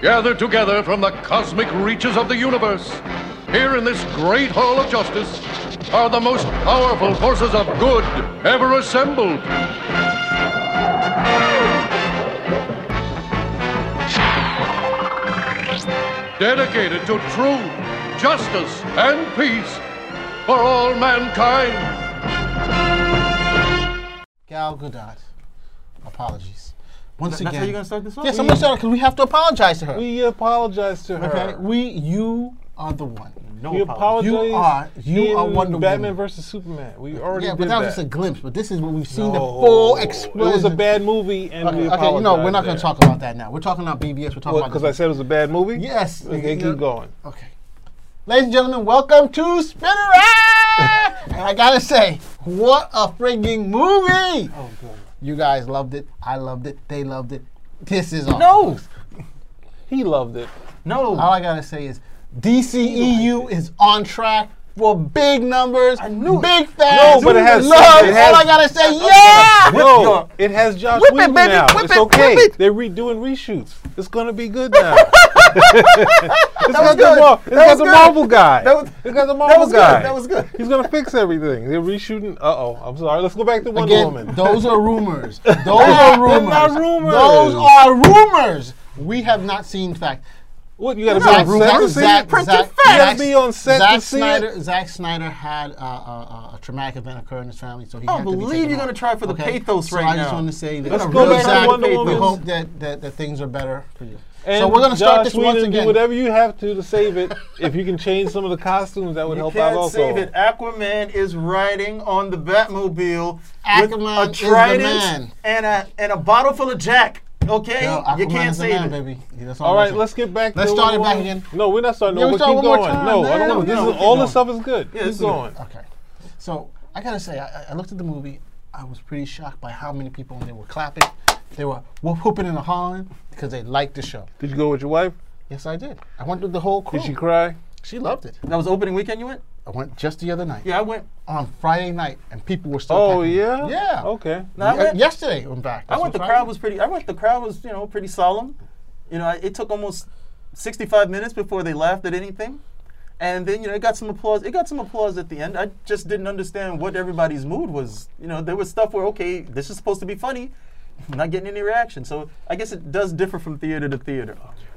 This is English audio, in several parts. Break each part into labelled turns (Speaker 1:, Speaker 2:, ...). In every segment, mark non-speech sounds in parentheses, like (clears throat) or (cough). Speaker 1: gathered together from the cosmic reaches of the universe, here in this great hall of justice, are the most powerful forces of good ever assembled. Dedicated to truth, justice, and peace for all mankind.
Speaker 2: Gal Gadot. Apologies. Once
Speaker 3: That's
Speaker 2: again.
Speaker 3: how you're gonna start this off.
Speaker 2: Yes, I'm gonna start because we have to apologize to her.
Speaker 4: We apologize to her.
Speaker 2: okay, we you are the one.
Speaker 3: No
Speaker 4: We
Speaker 3: apology.
Speaker 4: apologize.
Speaker 2: You are- you
Speaker 4: in
Speaker 2: are Wonder
Speaker 4: Batman
Speaker 2: Woman.
Speaker 4: versus Superman. We already
Speaker 2: yeah,
Speaker 4: did
Speaker 2: but that
Speaker 4: that.
Speaker 2: was just a glimpse. But this is what we've seen the
Speaker 4: No.
Speaker 2: full
Speaker 4: It
Speaker 2: explosion.
Speaker 4: was a bad movie, and we
Speaker 2: Okay,
Speaker 4: apologize.
Speaker 2: okay, you know we're not gonna
Speaker 4: there.
Speaker 2: talk about that now. We're talking about BBS. We're talking
Speaker 4: What?
Speaker 2: about
Speaker 4: Because I said it was a bad movie.
Speaker 2: yes.
Speaker 4: Okay,
Speaker 2: yeah.
Speaker 4: keep going.
Speaker 2: Okay. Ladies and gentlemen, welcome to Spinner!
Speaker 4: (laughs)
Speaker 2: and I gotta say, what a frigging movie!
Speaker 4: Oh, God.
Speaker 2: You guys loved it. I loved it. They loved it. This is awesome.
Speaker 3: No,
Speaker 4: He loved it.
Speaker 3: no.
Speaker 2: All I gotta say is DCEU is on track for big numbers, I
Speaker 3: knew it.
Speaker 2: big fans.
Speaker 4: No, but it has-
Speaker 2: love.
Speaker 4: it has-
Speaker 2: All I gotta say, yeah.
Speaker 4: No,
Speaker 3: your-
Speaker 4: it has Josh
Speaker 2: Whip it,
Speaker 4: Whedon
Speaker 2: baby,
Speaker 4: now.
Speaker 2: whip
Speaker 4: it's
Speaker 2: it,
Speaker 4: okay.
Speaker 2: whip it.
Speaker 4: They're redoing reshoots. It's gonna be good now. it's got the,
Speaker 3: good.
Speaker 4: Mar- it's
Speaker 3: That
Speaker 4: got
Speaker 3: was
Speaker 4: the
Speaker 3: good.
Speaker 4: Marvel guy.
Speaker 3: That was-
Speaker 4: it's got the Marvel
Speaker 3: was good.
Speaker 4: guy.
Speaker 3: That was good.
Speaker 4: He's gonna fix everything. They're reshooting. Uh oh. I'm sorry. Let's go back to Wonder
Speaker 2: Again, (laughs)
Speaker 4: Woman.
Speaker 2: those are
Speaker 4: (laughs)
Speaker 2: rumors. Those are rumors.
Speaker 4: not rumors.
Speaker 2: Those are rumors. We have not seen fact.
Speaker 4: What you gotta be
Speaker 2: Zach-
Speaker 4: on set to see
Speaker 2: Zach-
Speaker 4: it?
Speaker 2: Zach-
Speaker 4: You
Speaker 2: Zach-
Speaker 4: gotta be on set
Speaker 2: Zack
Speaker 4: to see
Speaker 2: Snyder,
Speaker 4: it.
Speaker 2: Zack Snyder had uh, uh, uh, a traumatic event occur in his family, so he.
Speaker 3: I
Speaker 2: had to
Speaker 3: don't
Speaker 2: be
Speaker 3: believe
Speaker 2: taken
Speaker 3: you're
Speaker 2: off.
Speaker 3: gonna try for the pathos
Speaker 2: so
Speaker 3: right
Speaker 2: I just
Speaker 3: now.
Speaker 2: want to say that.
Speaker 4: Let's
Speaker 2: you
Speaker 4: go
Speaker 2: know,
Speaker 4: back to
Speaker 2: Zack,
Speaker 4: Wonder
Speaker 2: We
Speaker 4: Woman.
Speaker 2: hope that, that, that things are better for you.
Speaker 4: And
Speaker 2: so we're gonna start
Speaker 4: Josh
Speaker 2: this once
Speaker 4: Whedon,
Speaker 2: again.
Speaker 4: Do whatever you have to to save it. (laughs) if you can change some of the costumes, that would
Speaker 3: You
Speaker 4: help out
Speaker 3: can't
Speaker 4: also.
Speaker 3: say that Aquaman is riding on the Batmobile
Speaker 2: Aquaman
Speaker 3: with a
Speaker 2: is the
Speaker 3: trident
Speaker 2: man.
Speaker 3: and a and a bottle full of Jack. Okay,
Speaker 2: Yo, Aquaman
Speaker 3: you can't
Speaker 2: is the
Speaker 3: say
Speaker 2: man,
Speaker 3: that.
Speaker 2: baby. Yeah, that's
Speaker 4: All
Speaker 2: I'm
Speaker 4: right,
Speaker 2: saying.
Speaker 4: let's get back.
Speaker 2: Let's
Speaker 4: to
Speaker 2: start it
Speaker 4: Wonder
Speaker 2: back
Speaker 4: Woman.
Speaker 2: again.
Speaker 4: No, we're not starting.
Speaker 2: Yeah,
Speaker 4: over.
Speaker 2: we
Speaker 4: keep
Speaker 2: start
Speaker 4: going.
Speaker 2: one more time.
Speaker 4: No,
Speaker 2: No,
Speaker 4: I
Speaker 2: no,
Speaker 4: don't want. This
Speaker 2: no,
Speaker 4: is
Speaker 2: keep
Speaker 4: all
Speaker 2: going.
Speaker 4: this stuff is good.
Speaker 3: Yeah, this
Speaker 4: keep
Speaker 3: is good.
Speaker 4: going.
Speaker 2: Okay. So I gotta say, I, I- I looked at the movie. I was pretty shocked by how many people in there were clapping. They were whoop hooping and hollering because they liked the show.
Speaker 4: Did you go with your wife?
Speaker 2: Yes, I did. I went with the whole crew.
Speaker 4: Did she cry?
Speaker 2: She loved it.
Speaker 3: That was opening weekend. You went?
Speaker 2: I went just the other night
Speaker 3: Yeah, I went.
Speaker 2: on Friday night, and people were still.
Speaker 4: Oh
Speaker 2: packing.
Speaker 4: yeah.
Speaker 2: Yeah.
Speaker 4: Okay.
Speaker 3: No, I
Speaker 2: Uh,
Speaker 3: went.
Speaker 2: yesterday, in fact.
Speaker 3: I
Speaker 2: That's
Speaker 3: went.
Speaker 2: what
Speaker 3: The
Speaker 2: Friday-
Speaker 3: crowd was pretty. I went. The crowd was you know pretty solemn. You know, I- it took almost 65 minutes before they laughed at anything, and then you know it got some applause. It got some applause at the end. I just didn't understand what everybody's mood was. You know, there was stuff where okay, this is supposed to be funny, (laughs) not getting any reaction. So I guess it does differ from theater to theater.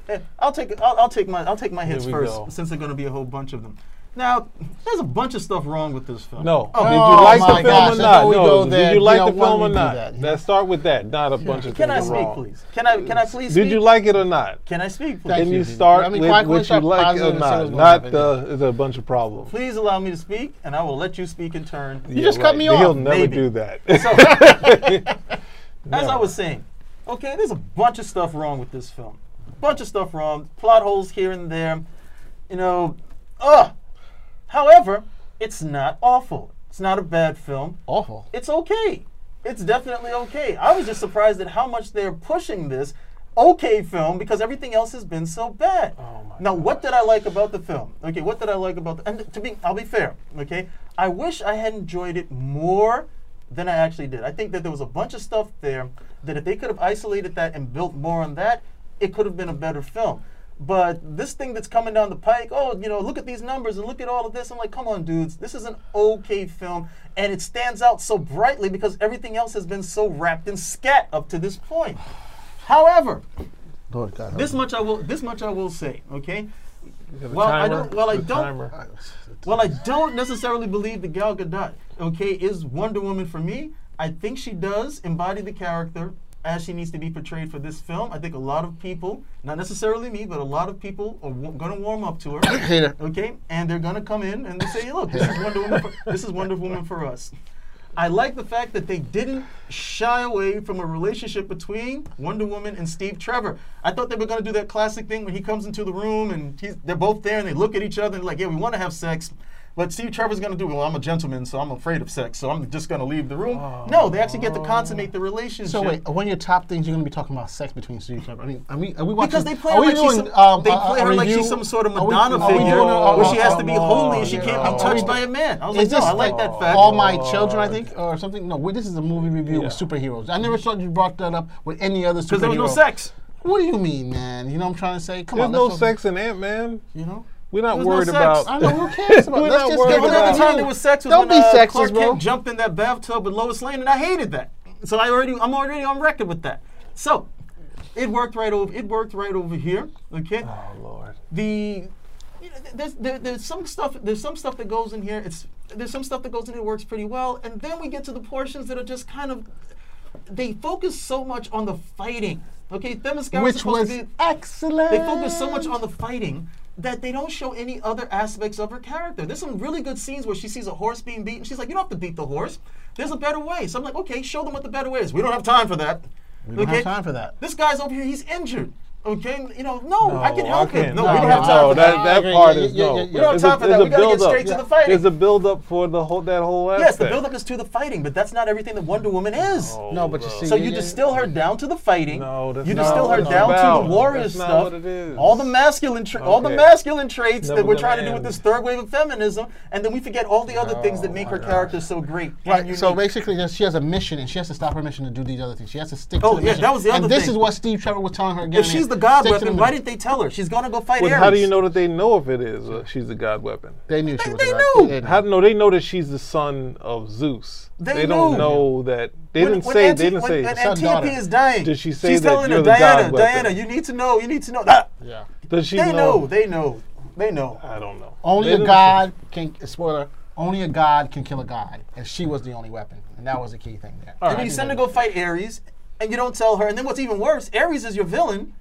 Speaker 3: Eh, I'll take I'll, I'll take my I'll take my hits
Speaker 4: we
Speaker 3: first
Speaker 4: go.
Speaker 3: since there're going to be a whole bunch of them. Now, there's a bunch of stuff wrong with this film.
Speaker 4: No.
Speaker 3: Oh,
Speaker 4: Did
Speaker 2: Oh,
Speaker 4: you like
Speaker 2: my
Speaker 4: the film
Speaker 2: gosh,
Speaker 4: or
Speaker 2: I
Speaker 4: not?
Speaker 2: know we go
Speaker 4: No.
Speaker 2: there.
Speaker 4: Did you like
Speaker 2: Yeah,
Speaker 4: the
Speaker 2: why
Speaker 4: film or
Speaker 2: we do
Speaker 4: not?
Speaker 2: that?
Speaker 4: Let's start with that. Not a bunch of
Speaker 3: Can I
Speaker 4: things
Speaker 3: speak,
Speaker 4: wrong.
Speaker 3: please? Can I can I please?
Speaker 4: Did
Speaker 3: speak?
Speaker 4: you like it or not?
Speaker 3: Can I speak, please?
Speaker 2: Thank
Speaker 4: Can you
Speaker 2: Mhm.
Speaker 4: start
Speaker 2: I mean,
Speaker 4: with
Speaker 2: why can't we
Speaker 4: what you
Speaker 2: start
Speaker 4: like
Speaker 2: positive
Speaker 4: or
Speaker 2: and say
Speaker 4: not?
Speaker 2: what's
Speaker 4: Not
Speaker 2: going on,
Speaker 4: the the bunch of problems.
Speaker 3: Please allow me to speak, and I will let you speak in turn.
Speaker 4: (laughs) You
Speaker 2: just cut me
Speaker 4: He'll
Speaker 2: off,
Speaker 4: never
Speaker 3: maybe.
Speaker 4: do that.
Speaker 3: So, as I
Speaker 4: Never.
Speaker 3: was saying, okay, there's a bunch of stuff wrong with this film. Bunch of stuff wrong, plot holes here and there. You know, ugh. However, it's not awful. It's not a bad film.
Speaker 2: awful.
Speaker 3: It's okay. It's definitely okay. I was just surprised at how much they're pushing this okay film because everything else has been so bad.
Speaker 4: my
Speaker 3: now, what did I like about the film? Okay, what did I like about the and to be I'll be fair, okay? I wish I had enjoyed it more than I actually did. I think that there was a bunch of stuff there that if they could have isolated that and built more on that, it could have been a better film. But this thing that's coming down the pike, oh, you know, look at these numbers and look at all of this. I'm like, come on, dudes, this is an okay film, and it stands out so brightly because everything else has been so wrapped in scat up to this point. However,
Speaker 2: Lord God.
Speaker 3: this much I will this much I will say, okay?
Speaker 4: The
Speaker 3: Well, I
Speaker 4: timer,
Speaker 3: don't- well, I
Speaker 4: the
Speaker 3: don't-
Speaker 4: timer.
Speaker 3: Well, I don't necessarily believe that Gal Gadot, okay, is Wonder Woman for me. I think she does embody the character as she needs to be portrayed for this film. I think a lot of people, not necessarily me, but a lot of people are w- going to warm up to her.
Speaker 2: Hater.
Speaker 3: Okay, and they're gonna come in and they say, "Look, this is Wonder Woman. For, this is Wonder Woman for us." I like the fact that they didn't shy away from a relationship between Wonder Woman and Steve Trevor. I thought they were gonna do that classic thing when he comes into the room and he's, they're both there and they look at each other and like, "Yeah, we want to have sex." But Steve Trevor's gonna do, well, I'm a gentleman, so I'm afraid of sex, so I'm just gonna leave the room. No, they actually get to consummate the relationship.
Speaker 2: Oh. So wait, one of your top things you're gonna be talking about sex between Steve Trevor. I mean, are we are we watching?
Speaker 3: Because they
Speaker 2: are
Speaker 3: play her
Speaker 2: we
Speaker 3: like she's
Speaker 2: doing,
Speaker 3: some,
Speaker 2: um,
Speaker 3: they
Speaker 2: a- a
Speaker 3: play her like
Speaker 2: review?
Speaker 3: she's some sort of
Speaker 2: Are we-
Speaker 3: Madonna
Speaker 2: are we
Speaker 3: figure,
Speaker 2: doing a- a-
Speaker 3: where she has
Speaker 2: a-
Speaker 3: to be holy and she
Speaker 2: yeah.
Speaker 3: can't be
Speaker 2: uh, Are we-
Speaker 3: touched by a man. I was
Speaker 2: Is
Speaker 3: like, no,
Speaker 2: this
Speaker 3: I like that fact.
Speaker 2: All my children, I think, or something. No, wait, this is a movie review
Speaker 4: Yeah.
Speaker 2: with superheroes. I never thought you brought that up with any other superheroes.
Speaker 3: because there was no sex.
Speaker 2: What do you mean, man? You know what I'm trying to say? Come
Speaker 4: There's
Speaker 2: on.
Speaker 4: no
Speaker 2: let's
Speaker 4: sex in Ant Man.
Speaker 2: All, you know?
Speaker 4: We're not
Speaker 3: There's no
Speaker 4: worried
Speaker 3: sex.
Speaker 4: about.
Speaker 2: I know who cares about
Speaker 4: We're
Speaker 2: Let's
Speaker 4: not
Speaker 2: just
Speaker 4: worried
Speaker 2: get
Speaker 3: The
Speaker 2: to
Speaker 4: about
Speaker 3: only
Speaker 4: it.
Speaker 2: the
Speaker 3: time
Speaker 2: time
Speaker 3: there was sex was
Speaker 2: Don't
Speaker 3: when,
Speaker 2: be
Speaker 3: uh,
Speaker 2: sexist,
Speaker 3: Clark
Speaker 2: bro.
Speaker 3: Kent jumped in that bathtub with Lois Lane, and I hated that. So I already, I'm already on record with that. So it worked right over. It worked right over here. Okay.
Speaker 4: Oh Lord.
Speaker 3: the you know, th- there's, there, there's some stuff there's some stuff that goes in here it's there's some stuff that goes in here that works pretty well and then we get to the portions that are just kind of they focus so much on the fighting okay Themyscira
Speaker 2: Which was
Speaker 3: supposed to be,
Speaker 2: excellent.
Speaker 3: they focus so much on the fighting that they don't show any other aspects of her character. There's some really good scenes where she sees a horse being beaten. She's like, "You don't have to beat the horse. There's a better way." So I'm like, "Okay, show them what the better way is." We don't have time for that. We
Speaker 2: don't have time for that.
Speaker 3: This guy's over here. He's injured. Okay, you know, no, I can
Speaker 4: No,
Speaker 3: help him.
Speaker 4: can't.
Speaker 3: No, we don't
Speaker 2: No,
Speaker 3: have time
Speaker 2: no,
Speaker 3: for that.
Speaker 4: that,
Speaker 2: I
Speaker 4: that
Speaker 2: agree.
Speaker 4: part
Speaker 2: Yeah,
Speaker 4: is
Speaker 2: yeah,
Speaker 4: no.
Speaker 2: yeah, yeah. We
Speaker 3: don't have
Speaker 4: There's
Speaker 3: time
Speaker 4: a-
Speaker 3: for
Speaker 4: there's
Speaker 3: that.
Speaker 4: a
Speaker 3: We gotta get
Speaker 4: build-up.
Speaker 3: straight to the fighting.
Speaker 4: There's a build up for the whole that whole aspect.
Speaker 3: Yes, the buildup is to the fighting, but that's not everything that Wonder Woman is.
Speaker 2: No, but you see.
Speaker 3: So you
Speaker 2: yeah,
Speaker 3: distill her down to the fighting.
Speaker 4: No, that's
Speaker 3: you
Speaker 4: not
Speaker 3: distill
Speaker 4: what
Speaker 3: her
Speaker 4: it's
Speaker 3: down to
Speaker 4: about.
Speaker 3: the warrior
Speaker 4: That's not
Speaker 3: stuff.
Speaker 4: what it is.
Speaker 3: All the masculine, tra- all the
Speaker 4: Okay.
Speaker 3: masculine traits that
Speaker 4: Never
Speaker 3: we're
Speaker 4: gonna
Speaker 3: trying to do
Speaker 4: end.
Speaker 3: with this third wave of feminism, and then we forget all the other things that make her character so great. and
Speaker 2: Right, so
Speaker 3: unique.
Speaker 2: basically, there's- she has a mission, and she has to stop her mission to do these other things. She has to stick
Speaker 3: Oh,
Speaker 2: to the
Speaker 3: yeah,
Speaker 2: mission.
Speaker 3: that was the
Speaker 2: And
Speaker 3: other
Speaker 2: this
Speaker 3: thing.
Speaker 2: is what Steve Trevor was telling her. again and
Speaker 3: if she's
Speaker 2: again.
Speaker 3: the god
Speaker 2: Stick to the
Speaker 3: weapon, why
Speaker 2: mission.
Speaker 3: didn't they tell her she's gonna go fight
Speaker 4: But
Speaker 3: Ares?
Speaker 4: how do you know that they know if it is? Uh, she's a god weapon.
Speaker 2: They knew she was
Speaker 3: they
Speaker 2: a
Speaker 3: knew.
Speaker 2: god. They
Speaker 4: How no? They know that she's the son of Zeus.
Speaker 3: They knew.
Speaker 4: don't know that. They
Speaker 3: When-
Speaker 4: didn't
Speaker 3: when
Speaker 4: say.
Speaker 3: Anti-
Speaker 4: they didn't
Speaker 3: when-
Speaker 4: say.
Speaker 3: When
Speaker 2: Son,
Speaker 3: Antiope
Speaker 2: daughter.
Speaker 3: is dying.
Speaker 4: Did she say
Speaker 3: she's
Speaker 4: that
Speaker 3: telling her,
Speaker 4: you're the god
Speaker 3: Diana,
Speaker 4: weapon?"
Speaker 3: Diana, you need to know, you need to know. Ah!
Speaker 2: Yeah.
Speaker 4: Does she
Speaker 3: They
Speaker 4: know?
Speaker 3: know, they know, they know.
Speaker 4: I don't know.
Speaker 2: Only
Speaker 4: They
Speaker 2: a
Speaker 4: didn't-
Speaker 2: god can. Spoiler. Only a god can kill a god, and she was the only weapon, and that was the key thing there.
Speaker 3: And then you send her to go fight Ares, and you don't tell her. And then what's even worse, Ares is your villain.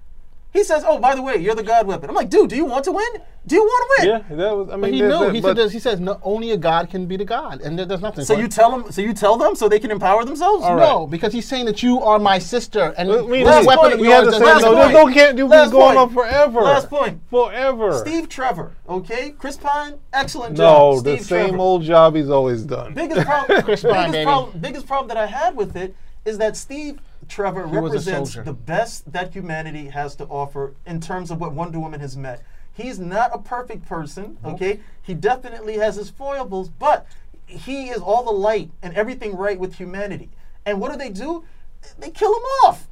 Speaker 3: He says, "Oh, by the way, you're the god weapon." I'm like, "Dude, do you want to win? Do you want to win?"
Speaker 4: Yeah, that was. I mean,
Speaker 2: But he
Speaker 4: there's
Speaker 2: knew.
Speaker 4: that-
Speaker 2: He
Speaker 4: but
Speaker 2: said. This, he says no, only a god can be the god, and there, there's nothing.
Speaker 3: So you tell them. So you tell them so they can empower themselves.
Speaker 4: All right.
Speaker 2: no, because he's saying that you are my sister, and
Speaker 4: I mean,
Speaker 2: this
Speaker 4: we-
Speaker 2: weapon of
Speaker 4: we had to
Speaker 2: yours
Speaker 4: say
Speaker 2: does not.
Speaker 3: last
Speaker 4: no.
Speaker 3: point.
Speaker 4: There's no can't do.
Speaker 3: Last
Speaker 4: Be going
Speaker 3: point.
Speaker 4: on forever.
Speaker 3: Last point.
Speaker 4: Forever.
Speaker 3: Steve Trevor, okay, Chris Pine, excellent
Speaker 4: no,
Speaker 3: job. Steve
Speaker 4: the same
Speaker 3: Trevor.
Speaker 4: old job he's always done. (laughs)
Speaker 3: biggest problem.
Speaker 2: Pine,
Speaker 3: biggest
Speaker 2: baby.
Speaker 3: problem. Biggest problem that I had with it is that Steve Trevor
Speaker 2: was a
Speaker 3: represents
Speaker 2: soldier.
Speaker 3: the best that humanity has to offer in terms of what Wonder Woman has met. He's not a perfect person, okay? He definitely has his foibles, but he is all the light and everything right with humanity. And what do they do? They kill him off.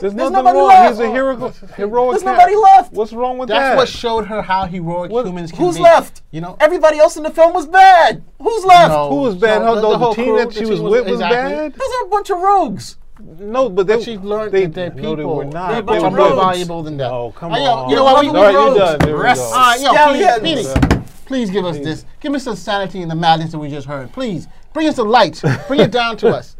Speaker 4: There's, nothing
Speaker 3: nobody
Speaker 4: wrong.
Speaker 3: left.
Speaker 4: He's a hero. Heroic.
Speaker 3: There's
Speaker 4: guy.
Speaker 3: nobody left.
Speaker 4: What's wrong with
Speaker 2: That's
Speaker 4: that?
Speaker 2: what showed her how heroic humans can
Speaker 3: Who's
Speaker 2: be.
Speaker 3: left?
Speaker 2: You know,
Speaker 3: everybody else in the film was bad. Who's left?
Speaker 2: No.
Speaker 4: Who was bad?
Speaker 2: So
Speaker 4: How-
Speaker 2: the-
Speaker 4: the,
Speaker 2: the whole
Speaker 4: team
Speaker 2: crew,
Speaker 4: that
Speaker 2: the
Speaker 4: she
Speaker 2: team
Speaker 4: was
Speaker 2: was-
Speaker 4: with was
Speaker 2: exactly.
Speaker 4: bad.
Speaker 3: Those are a bunch of rogues.
Speaker 4: No, but they.
Speaker 2: she learned
Speaker 4: they,
Speaker 2: that they're people.
Speaker 4: No, they were not.
Speaker 3: They're a
Speaker 4: They
Speaker 3: bunch
Speaker 4: were
Speaker 3: of
Speaker 2: more
Speaker 4: good.
Speaker 3: rogues.
Speaker 2: valuable than that.
Speaker 4: No, come
Speaker 2: Hey, yo,
Speaker 4: on.
Speaker 2: You know what? We
Speaker 3: Lovable
Speaker 4: All right,
Speaker 3: rogues.
Speaker 4: you're done. There we
Speaker 3: Rest-
Speaker 4: go.
Speaker 2: All right, yo,
Speaker 3: Scallions.
Speaker 2: please, Petey, please give us this. Give us the sanity and the madness that we just heard. Please bring us the light. Bring it down
Speaker 4: (laughs)
Speaker 2: to us.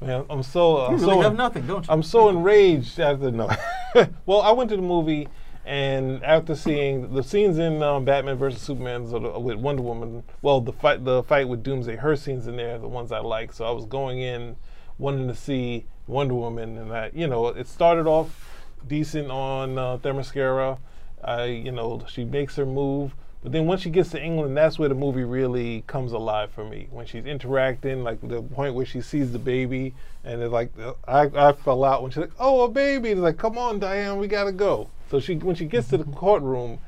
Speaker 4: Man, I'm so. I'm
Speaker 3: You really
Speaker 4: so
Speaker 3: have nothing, don't you?
Speaker 4: I'm so enraged after no. (laughs) well, I went to the movie, and after seeing the scenes in um, Batman versus Superman so the- with Wonder Woman, well, the fight, the fight with Doomsday, her scenes in there, are the ones I like. So I was going in, wanting to see Wonder Woman, and I, you know, it started off decent on uh, Themyscira. I, you know, she makes her move. But then once she gets to England, that's where the movie really comes alive for me. When she's interacting, like the point where she sees the baby, and it's like uh, I, I fell out when she's like, "Oh, a baby!" It's like, "Come on, Diane, we gotta go." So she when she gets to the courtroom,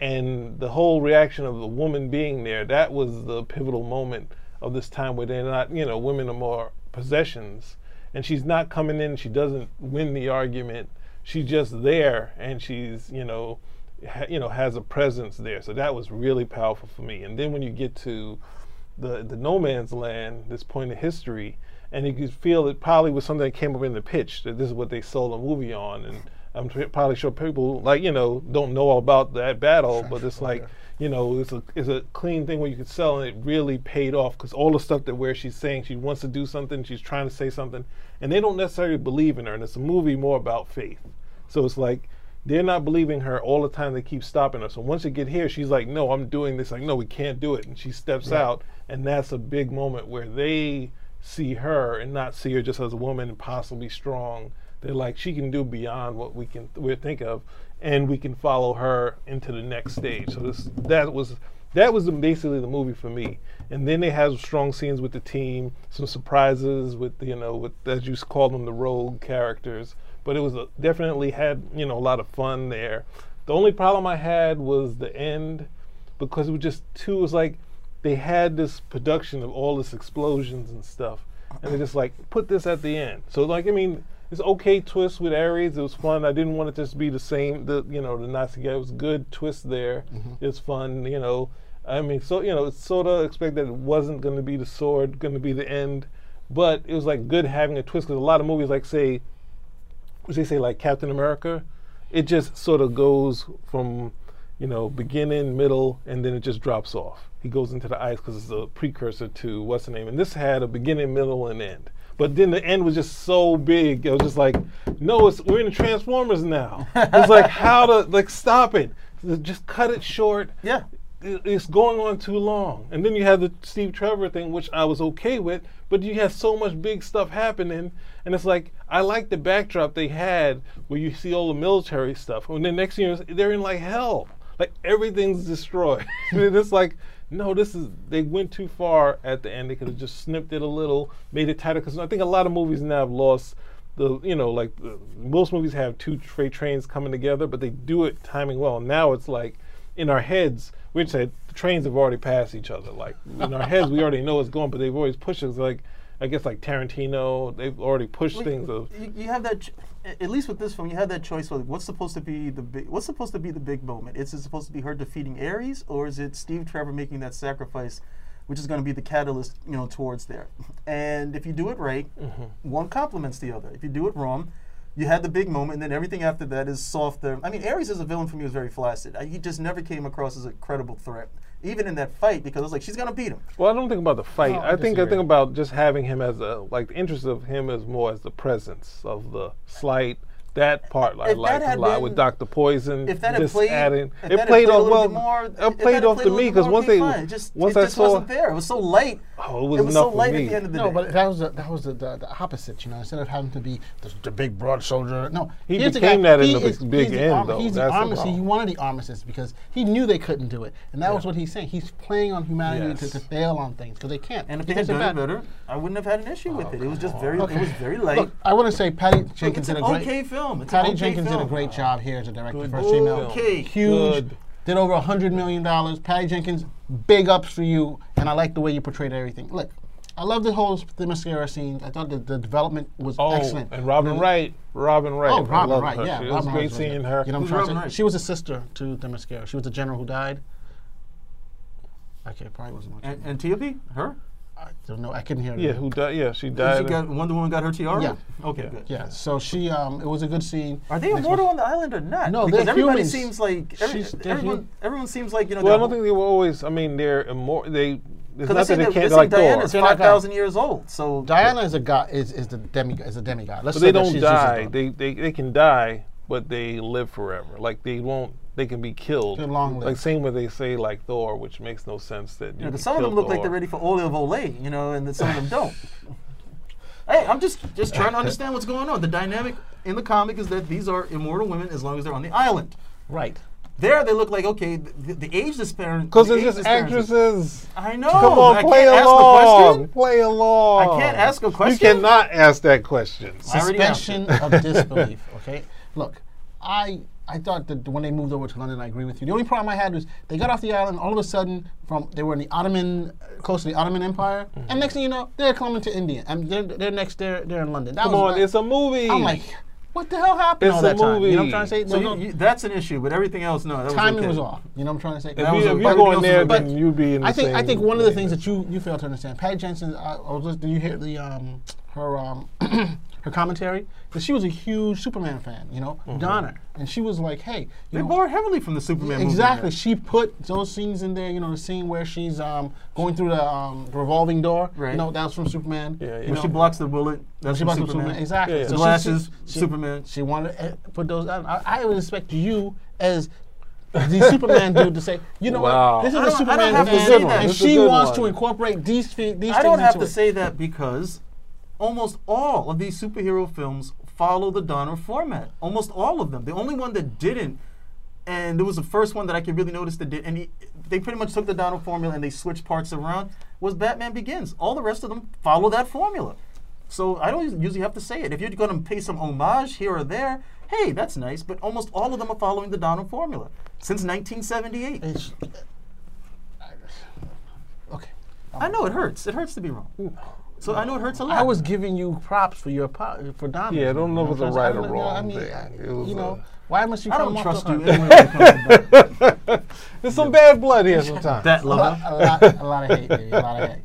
Speaker 4: and the whole reaction of the woman being there, that was the pivotal moment of this time where they're not, you know, women are more possessions, and she's not coming in. She doesn't win the argument. She's just there, and she's, you know, ha- you know, has a presence there. So that was really powerful for me. And then when you get to the the no man's land, this point in history, and you could feel it probably was something that came up in the pitch that this is what they sold a movie on, and I'm tr- probably sure people like you know don't know all about that battle, but it's like you know it's a it's a clean thing where you could sell, and it really paid off because all the stuff that where she's saying she wants to do something, she's trying to say something, and they don't necessarily believe in her, and it's a movie more about faith, so it's like they're not believing her all the time. They keep stopping her. So once you get here, she's like, "No, I'm doing this." Like, "No, we can't do it," and she steps out, and that's a big moment where they see her and not see her just as a woman and possibly strong. They're like, "She can do beyond what we can we think of, and we can follow her into the next stage." So this that was that was the, basically the movie for me. And then they have strong scenes with the team, some surprises with you know with as you s- call them the rogue characters. But it was a, definitely had you know a lot of fun there. The only problem I had was the end because it was just too. It was like they had this production of all this explosions and stuff, and they just like put this at the end. So like I mean, it's okay twist with Ares. It was fun. I didn't want it to just be the same. The you know the Nazi guy. It was good twist there. It's fun. You know, I mean, so you know, it's sort of expect that it wasn't going to be the sword, going to be the end, but it was like good having a twist because a lot of movies like say, which they say like Captain America, it just sort of goes from you know beginning, middle, and then it just drops off. He goes into the ice because it's a precursor to what's the name, and this had a beginning, middle, and end. But then the end was just so big. It was just like, no, it's we're in the Transformers now. it's like how to like stop it, just cut it short
Speaker 3: Yeah.
Speaker 4: it- it's going on too long. And then you have the Steve Trevor thing, which I was okay with, but you had so much big stuff happening, and it's like I like the backdrop they had where you see all the military stuff, and then next year they're in like hell, like everything's destroyed. (laughs) and it's like. No, this is they went too far at the end. They could have just snipped it a little, made it tighter. Because I think a lot of movies now have lost the you know like the, most movies have two tra- trains coming together, but they do it timing well. Now it's like in our heads, we said the trains have already passed each other. Like in our heads, we already know it's going, but they've always pushed us. Like I guess like Tarantino, they've already pushed things. Of,
Speaker 3: You, you have that. Ch- a- at least with this film, you have that choice. Of what's supposed to be the big? What's supposed to be the big moment? Is it supposed to be her defeating Ares, or is it Steve Trevor making that sacrifice, which is going to be the catalyst, you know, towards there? And if you do it right, one complements the other. If you do it wrong, you had the big moment, and then everything after that is softer. I mean, Ares as a villain for me was very flaccid. I, he just never came across as a credible threat, even in that fight, because I was like, she's going to beat him.
Speaker 4: well, I don't think about the fight.
Speaker 2: No, I
Speaker 4: I think I
Speaker 2: disagree.
Speaker 4: think about just having him as a like the interest of him is more as the presence of the slight. That part I
Speaker 3: If that
Speaker 4: liked a
Speaker 3: had
Speaker 4: lot
Speaker 3: been-
Speaker 4: with Dr. Poison.
Speaker 3: if that had
Speaker 4: just
Speaker 3: played,
Speaker 4: adding,
Speaker 3: if
Speaker 4: it
Speaker 3: that had
Speaker 4: played
Speaker 3: a
Speaker 4: off
Speaker 3: little
Speaker 4: well.
Speaker 3: bit more, if
Speaker 4: it
Speaker 3: that
Speaker 4: played
Speaker 3: had
Speaker 4: off
Speaker 3: played
Speaker 4: to
Speaker 3: a little
Speaker 4: me
Speaker 3: bit
Speaker 4: because
Speaker 3: more,
Speaker 4: once
Speaker 3: it'd
Speaker 4: they
Speaker 3: be fine. It just,
Speaker 4: once
Speaker 3: it
Speaker 4: I
Speaker 3: just
Speaker 4: saw
Speaker 3: wasn't there. It was so light.
Speaker 4: Oh, it was
Speaker 3: it was
Speaker 4: enough
Speaker 3: so
Speaker 4: for
Speaker 3: light
Speaker 4: me.
Speaker 3: at the end of the
Speaker 2: No,
Speaker 3: day.
Speaker 2: but that was the, that was the, the, the opposite, you know. Instead of having to be the, the big broad soldier, no,
Speaker 4: He
Speaker 2: here's
Speaker 4: became
Speaker 2: the guy,
Speaker 4: that in
Speaker 2: he
Speaker 4: the
Speaker 2: is-
Speaker 4: big
Speaker 2: he's the
Speaker 4: end,
Speaker 2: arm-
Speaker 4: though.
Speaker 2: He's the
Speaker 4: That's the
Speaker 2: armistice. He
Speaker 4: problem.
Speaker 2: wanted the armistice because he knew they couldn't do it, and that was what he's saying. He's playing on humanity
Speaker 4: Yes.
Speaker 2: to, to fail on things because they can't.
Speaker 3: and if they
Speaker 2: Because
Speaker 3: had done
Speaker 2: they're
Speaker 3: it
Speaker 2: bad. Oh,
Speaker 3: better, I wouldn't have had an issue with it. It was just very, it was very light.
Speaker 2: Look, I want to say Patty
Speaker 3: Look,
Speaker 2: Jenkins
Speaker 3: it's
Speaker 2: did
Speaker 3: an
Speaker 2: a great.
Speaker 3: okay film. It's an
Speaker 2: Patty
Speaker 3: okay
Speaker 2: Jenkins
Speaker 3: film.
Speaker 2: did a great job here as a director,
Speaker 4: Good
Speaker 2: first female.
Speaker 3: Okay.
Speaker 2: Huge.
Speaker 4: Good.
Speaker 2: Did over hundred million dollars. Patty Jenkins, big ups for you, and I like the way you portrayed everything. Look, I love the whole sp- the mascara scenes. I thought the, the development was
Speaker 4: Oh,
Speaker 2: excellent.
Speaker 4: and Robin Wright. Robin Wright.
Speaker 2: Oh,
Speaker 4: I
Speaker 2: Robin
Speaker 4: love
Speaker 2: Wright,
Speaker 4: her.
Speaker 2: yeah.
Speaker 4: She- it
Speaker 2: Robin
Speaker 4: was
Speaker 2: Wright
Speaker 4: great
Speaker 2: really
Speaker 4: seeing
Speaker 2: good.
Speaker 4: her.
Speaker 2: You know,
Speaker 3: Who's
Speaker 2: what I'm trying
Speaker 3: Robin
Speaker 2: to
Speaker 3: Wright?
Speaker 2: say? She was a sister to the mascara. She was the general who died. Okay, probably wasn't watching.
Speaker 3: And, and T.O.P. Her?
Speaker 2: I don't know. I couldn't hear
Speaker 4: yeah,
Speaker 2: you.
Speaker 4: who died? Yeah, she
Speaker 3: She
Speaker 4: died.
Speaker 3: got Wonder Woman got her tiara.
Speaker 2: Yeah.
Speaker 3: Okay. Good.
Speaker 2: Yeah. So she, um, it was a good scene.
Speaker 3: Are they
Speaker 2: Next
Speaker 3: immortal
Speaker 2: one.
Speaker 3: on the island or not?
Speaker 2: No,
Speaker 3: because
Speaker 2: they're
Speaker 3: everybody
Speaker 2: humans.
Speaker 3: seems like every,
Speaker 4: She's- they're
Speaker 3: everyone.
Speaker 4: hum-
Speaker 3: Everyone seems like you know.
Speaker 4: well, I
Speaker 3: they're-
Speaker 4: don't think they were always. I mean, they're immortal. They. It's not
Speaker 3: Because I
Speaker 4: that
Speaker 3: think
Speaker 4: they
Speaker 3: that
Speaker 4: can't.
Speaker 3: this
Speaker 4: They're like
Speaker 3: Diana
Speaker 4: Thor.
Speaker 3: is
Speaker 2: They're not
Speaker 3: five thousand years old. So
Speaker 2: Diana is a god. Is, is the demigod. Is a demigod. Let's
Speaker 4: But
Speaker 2: say
Speaker 4: they
Speaker 2: that
Speaker 4: don't
Speaker 2: she's just a
Speaker 4: die.
Speaker 2: god.
Speaker 4: They, they they can die, but they live forever. Like they won't. They can be killed.
Speaker 2: They're long-lived.
Speaker 4: Like same way they say like Thor, which makes no sense. That you
Speaker 3: You know,
Speaker 4: can
Speaker 3: 'cause some of
Speaker 4: kill
Speaker 3: them look like
Speaker 4: Thor.
Speaker 3: they're ready for Ole of Ole, you know, and then some of
Speaker 4: (laughs)
Speaker 3: them don't. hey, I'm just just trying to understand what's going on. The dynamic in the comic is that these are immortal women as long as they're on the island.
Speaker 2: Right.
Speaker 3: There, they look like okay. The, the age disparity.
Speaker 4: Because they're just actresses.
Speaker 3: I know.
Speaker 4: Come
Speaker 3: but I
Speaker 4: on, play
Speaker 3: can't Ask the
Speaker 4: along.
Speaker 3: question.
Speaker 4: Play along.
Speaker 3: I can't ask a
Speaker 4: You
Speaker 3: question?
Speaker 4: cannot ask that question.
Speaker 3: I already asked
Speaker 2: suspension (laughs) of disbelief. Okay, look, I I thought that when they moved over to London, I agree with you. The only problem I had was they got off the island all of a sudden from they were in the Ottoman, uh, close to the Ottoman Empire, and next thing you know, they're coming to India, and they're they're next they're they're in London. That
Speaker 4: Come
Speaker 2: was
Speaker 4: on,
Speaker 2: my-
Speaker 4: it's a movie.
Speaker 2: I'm like, what the hell happened
Speaker 4: It's
Speaker 2: all
Speaker 4: a
Speaker 2: that time? You know what I'm
Speaker 4: movie.
Speaker 2: trying to say?
Speaker 3: So
Speaker 2: No,
Speaker 3: you,
Speaker 2: no,
Speaker 3: you, that's an issue, but everything else, no, that
Speaker 2: timing
Speaker 3: was okay.
Speaker 2: was off. You know what I'm trying to say?
Speaker 4: If,
Speaker 3: was
Speaker 4: you,
Speaker 3: a-
Speaker 4: if
Speaker 3: but
Speaker 4: you're
Speaker 3: it
Speaker 4: going
Speaker 3: was a
Speaker 4: there,
Speaker 3: good-
Speaker 4: then you'd be in the
Speaker 2: I think I
Speaker 4: same
Speaker 2: think one of the things
Speaker 4: place.
Speaker 2: that you you fail to understand, Patty Jensen. I, I was listening. Did you hear the um her um (clears throat) her commentary? That she was a huge Superman fan. You know,
Speaker 4: Mm-hmm.
Speaker 2: Donna, and she was like, "Hey, you
Speaker 3: They
Speaker 2: know,
Speaker 3: borrowed heavily from the Superman movie.
Speaker 2: exactly." She put those scenes in there. You know, the scene where she's um going through the um the revolving door.
Speaker 3: Right.
Speaker 2: You know, that was from Superman.
Speaker 4: Yeah, yeah.
Speaker 2: You
Speaker 4: When
Speaker 3: When
Speaker 2: know,
Speaker 3: she blocks the bullet, that's
Speaker 2: she
Speaker 3: from
Speaker 2: bought
Speaker 3: Superman.
Speaker 2: Superman. Exactly.
Speaker 4: Yeah, yeah.
Speaker 2: she- she-
Speaker 3: Glasses,
Speaker 2: she-
Speaker 3: Superman.
Speaker 2: She wanted to uh, put those on. I, I would expect you as the (laughs) Superman dude to say, you know
Speaker 4: Wow.
Speaker 2: what, this is
Speaker 3: I
Speaker 2: a
Speaker 3: don't- I
Speaker 2: Superman
Speaker 3: don't have to
Speaker 2: fan,
Speaker 3: say that.
Speaker 2: and
Speaker 4: This is a
Speaker 2: she
Speaker 4: good
Speaker 2: wants to
Speaker 4: one.
Speaker 2: incorporate these fe- these
Speaker 3: I
Speaker 2: things
Speaker 3: don't have
Speaker 2: into
Speaker 3: to
Speaker 2: it.
Speaker 3: say that because almost all of these superhero films follow the Donner format. Almost all of them. The only one that didn't, and it was the first one that I could really notice that did, and he, they pretty much took the Donner formula and they switched parts around, was Batman Begins. All the rest of them follow that formula. So I don't usually have to say it. If you're going to pay some homage here or there, hey, that's nice, but almost all of them are following the Donner formula since 1978.
Speaker 2: It's- okay.
Speaker 3: I know it hurts. It hurts to be wrong. So I know it hurts a lot.
Speaker 2: um, I was giving you props for your po- for Donald.
Speaker 4: Yeah, I don't know if it's a
Speaker 2: Because
Speaker 4: right
Speaker 2: don't
Speaker 4: or
Speaker 2: know, I
Speaker 4: wrong
Speaker 2: mean,
Speaker 4: thing.
Speaker 2: I-
Speaker 4: It was
Speaker 2: you know,
Speaker 4: a-
Speaker 2: why must you?
Speaker 3: I
Speaker 2: come
Speaker 3: don't
Speaker 2: off
Speaker 3: trust
Speaker 2: the
Speaker 3: you
Speaker 2: hook?
Speaker 4: (laughs)
Speaker 3: anyway. when it
Speaker 2: (laughs)
Speaker 3: comes to that.
Speaker 4: There's some bad blood here sometimes.
Speaker 3: that
Speaker 2: a lot,
Speaker 3: lover.
Speaker 2: a lot, a lot of hate, baby, a lot of hate.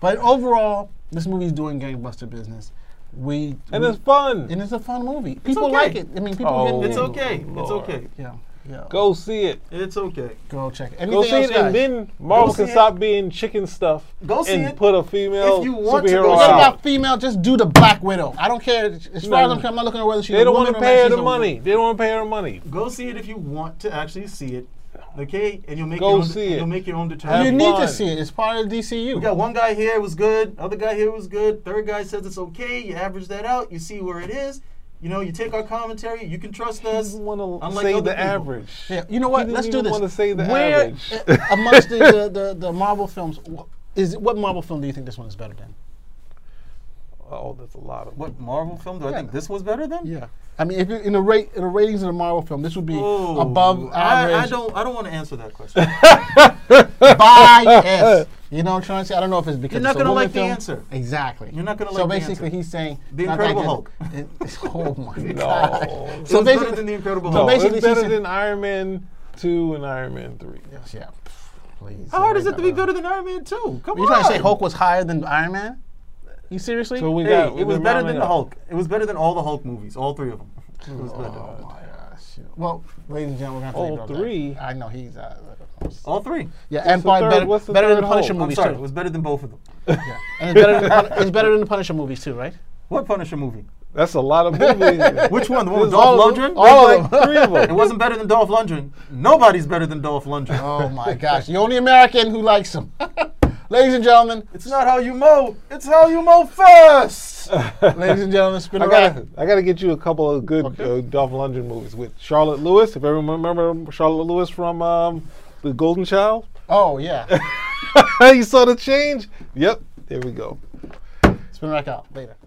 Speaker 2: But overall, this movie's doing gangbuster business. We
Speaker 4: and
Speaker 2: we-
Speaker 4: it's fun.
Speaker 2: and it's a fun movie. People
Speaker 3: okay.
Speaker 2: like it. I mean, people.
Speaker 4: Oh,
Speaker 2: get
Speaker 3: It's
Speaker 2: in.
Speaker 3: okay. It's
Speaker 4: Lord.
Speaker 3: okay.
Speaker 2: Yeah, yeah. Go,
Speaker 4: Go see it.
Speaker 3: It's okay.
Speaker 2: go check. it.
Speaker 4: Go
Speaker 2: Anything
Speaker 4: see
Speaker 2: else,
Speaker 4: it,
Speaker 2: guys?
Speaker 4: and then Marvel
Speaker 3: Go
Speaker 4: can
Speaker 3: see it.
Speaker 4: stop being chicken stuff.
Speaker 3: Go see
Speaker 4: and
Speaker 3: it.
Speaker 4: put a female
Speaker 3: If you want to
Speaker 4: superhero
Speaker 3: go
Speaker 2: Forget
Speaker 3: Wow.
Speaker 4: out.
Speaker 2: about female. Just do the Black Widow. I don't care. As far as I'm concerned, I'm not looking at whether she's.
Speaker 4: They
Speaker 2: a
Speaker 4: don't
Speaker 2: woman
Speaker 4: want to
Speaker 2: or not,
Speaker 4: pay her
Speaker 2: she's
Speaker 4: the
Speaker 2: a
Speaker 4: money. They don't want to pay her money.
Speaker 3: Go see it if you want to actually see it. Okay, and you'll make
Speaker 4: Go
Speaker 3: your own,
Speaker 4: see it.
Speaker 3: You'll make your own
Speaker 4: Have
Speaker 2: You
Speaker 3: determination.
Speaker 2: need
Speaker 4: fun.
Speaker 2: to see it. It's part of DCU.
Speaker 3: We got one guy here was good. Other guy here was good. Third guy says it's okay. You average that out. You see where it is. You know, you take our commentary. You can trust us.
Speaker 4: doesn't want to
Speaker 3: Unlike
Speaker 4: say
Speaker 3: other
Speaker 4: the
Speaker 3: people.
Speaker 4: average.
Speaker 2: Yeah, you know what?
Speaker 4: didn't
Speaker 2: Let's do
Speaker 4: even
Speaker 2: this.
Speaker 4: wanna say the
Speaker 2: Where,
Speaker 4: average.
Speaker 2: uh, amongst the, the, the, the Marvel films, wh- is what Marvel film do you think this one is better than?
Speaker 4: Oh, that's a lot of.
Speaker 3: What Marvel film do I think this was better than?
Speaker 2: Yeah, I mean, if you in the rate in the ratings of the Marvel film, this would be
Speaker 3: Oh,
Speaker 2: above average.
Speaker 3: I, I don't. I don't want to answer
Speaker 2: (laughs)
Speaker 3: that question. (laughs)
Speaker 2: by S. You know what I'm trying to say? I don't know if it's because
Speaker 3: You're not
Speaker 2: it's a
Speaker 3: gonna
Speaker 2: woman
Speaker 3: like the
Speaker 2: film.
Speaker 3: answer.
Speaker 2: Exactly.
Speaker 3: You're not gonna
Speaker 2: So
Speaker 3: like the
Speaker 2: basically,
Speaker 3: answer.
Speaker 2: he's saying
Speaker 3: The
Speaker 2: not that
Speaker 3: Incredible
Speaker 2: good. It- (laughs) oh my
Speaker 3: (laughs)
Speaker 4: No.
Speaker 2: god.
Speaker 3: So it was better than the Incredible
Speaker 4: No,
Speaker 3: Hulk.
Speaker 2: basically
Speaker 4: it's
Speaker 2: she's
Speaker 4: better
Speaker 2: saying-
Speaker 4: than Iron Man two and Iron Man three.
Speaker 2: yeah. Please.
Speaker 3: How hard is it
Speaker 2: somebody
Speaker 3: to be
Speaker 2: better.
Speaker 3: better than Iron Man 2? Come
Speaker 2: You
Speaker 3: on.
Speaker 2: trying to say Hulk was higher than Iron Man? You seriously?
Speaker 4: So we
Speaker 3: Hey,
Speaker 4: got.
Speaker 3: it was
Speaker 4: we're
Speaker 3: better
Speaker 4: rounding
Speaker 3: than the
Speaker 4: up.
Speaker 3: Hulk. It was better than all the Hulk movies, all three of them. It was better.
Speaker 2: Oh my gosh. Well, ladies and gentlemen, we're gonna have to leave
Speaker 4: All
Speaker 2: it on that.
Speaker 4: three?
Speaker 2: I know he's. Uh,
Speaker 3: All three.
Speaker 2: yeah, and
Speaker 4: the
Speaker 2: probably
Speaker 4: third-
Speaker 2: better,
Speaker 4: what's the
Speaker 2: better than
Speaker 4: third
Speaker 2: the Punisher
Speaker 4: Hulk?
Speaker 3: I'm
Speaker 2: movies
Speaker 3: sorry, it
Speaker 2: too.
Speaker 3: was better than both of them.
Speaker 2: Yeah. (laughs) And it's better, than, Pun- it's better than the Punisher movies too, right?
Speaker 3: What Punisher movie?
Speaker 4: That's a lot of
Speaker 3: (laughs)
Speaker 4: movies.
Speaker 3: Which one? The one with
Speaker 4: There's all
Speaker 3: Dolph
Speaker 4: of them.
Speaker 3: Lundgren?
Speaker 4: All
Speaker 3: There's
Speaker 4: of
Speaker 3: like
Speaker 4: them. Three of them.
Speaker 3: (laughs) It wasn't better than Dolph Lundgren. Nobody's better than Dolph Lundgren.
Speaker 2: Oh (laughs) my gosh, the only American who likes him. (laughs) ladies and gentlemen,
Speaker 3: It's not how you mow. It's how you mow fast.
Speaker 2: ladies and gentlemen, spin
Speaker 4: I
Speaker 2: around.
Speaker 4: gotta, I gotta get you a couple of good uh, Dolph Lundgren movies with Charlotte Lewis. If everyone remember Charlotte Lewis from um, The Golden Child, (laughs)
Speaker 2: Oh yeah,
Speaker 4: you saw the change. Yep, there we go.
Speaker 2: spin back out later.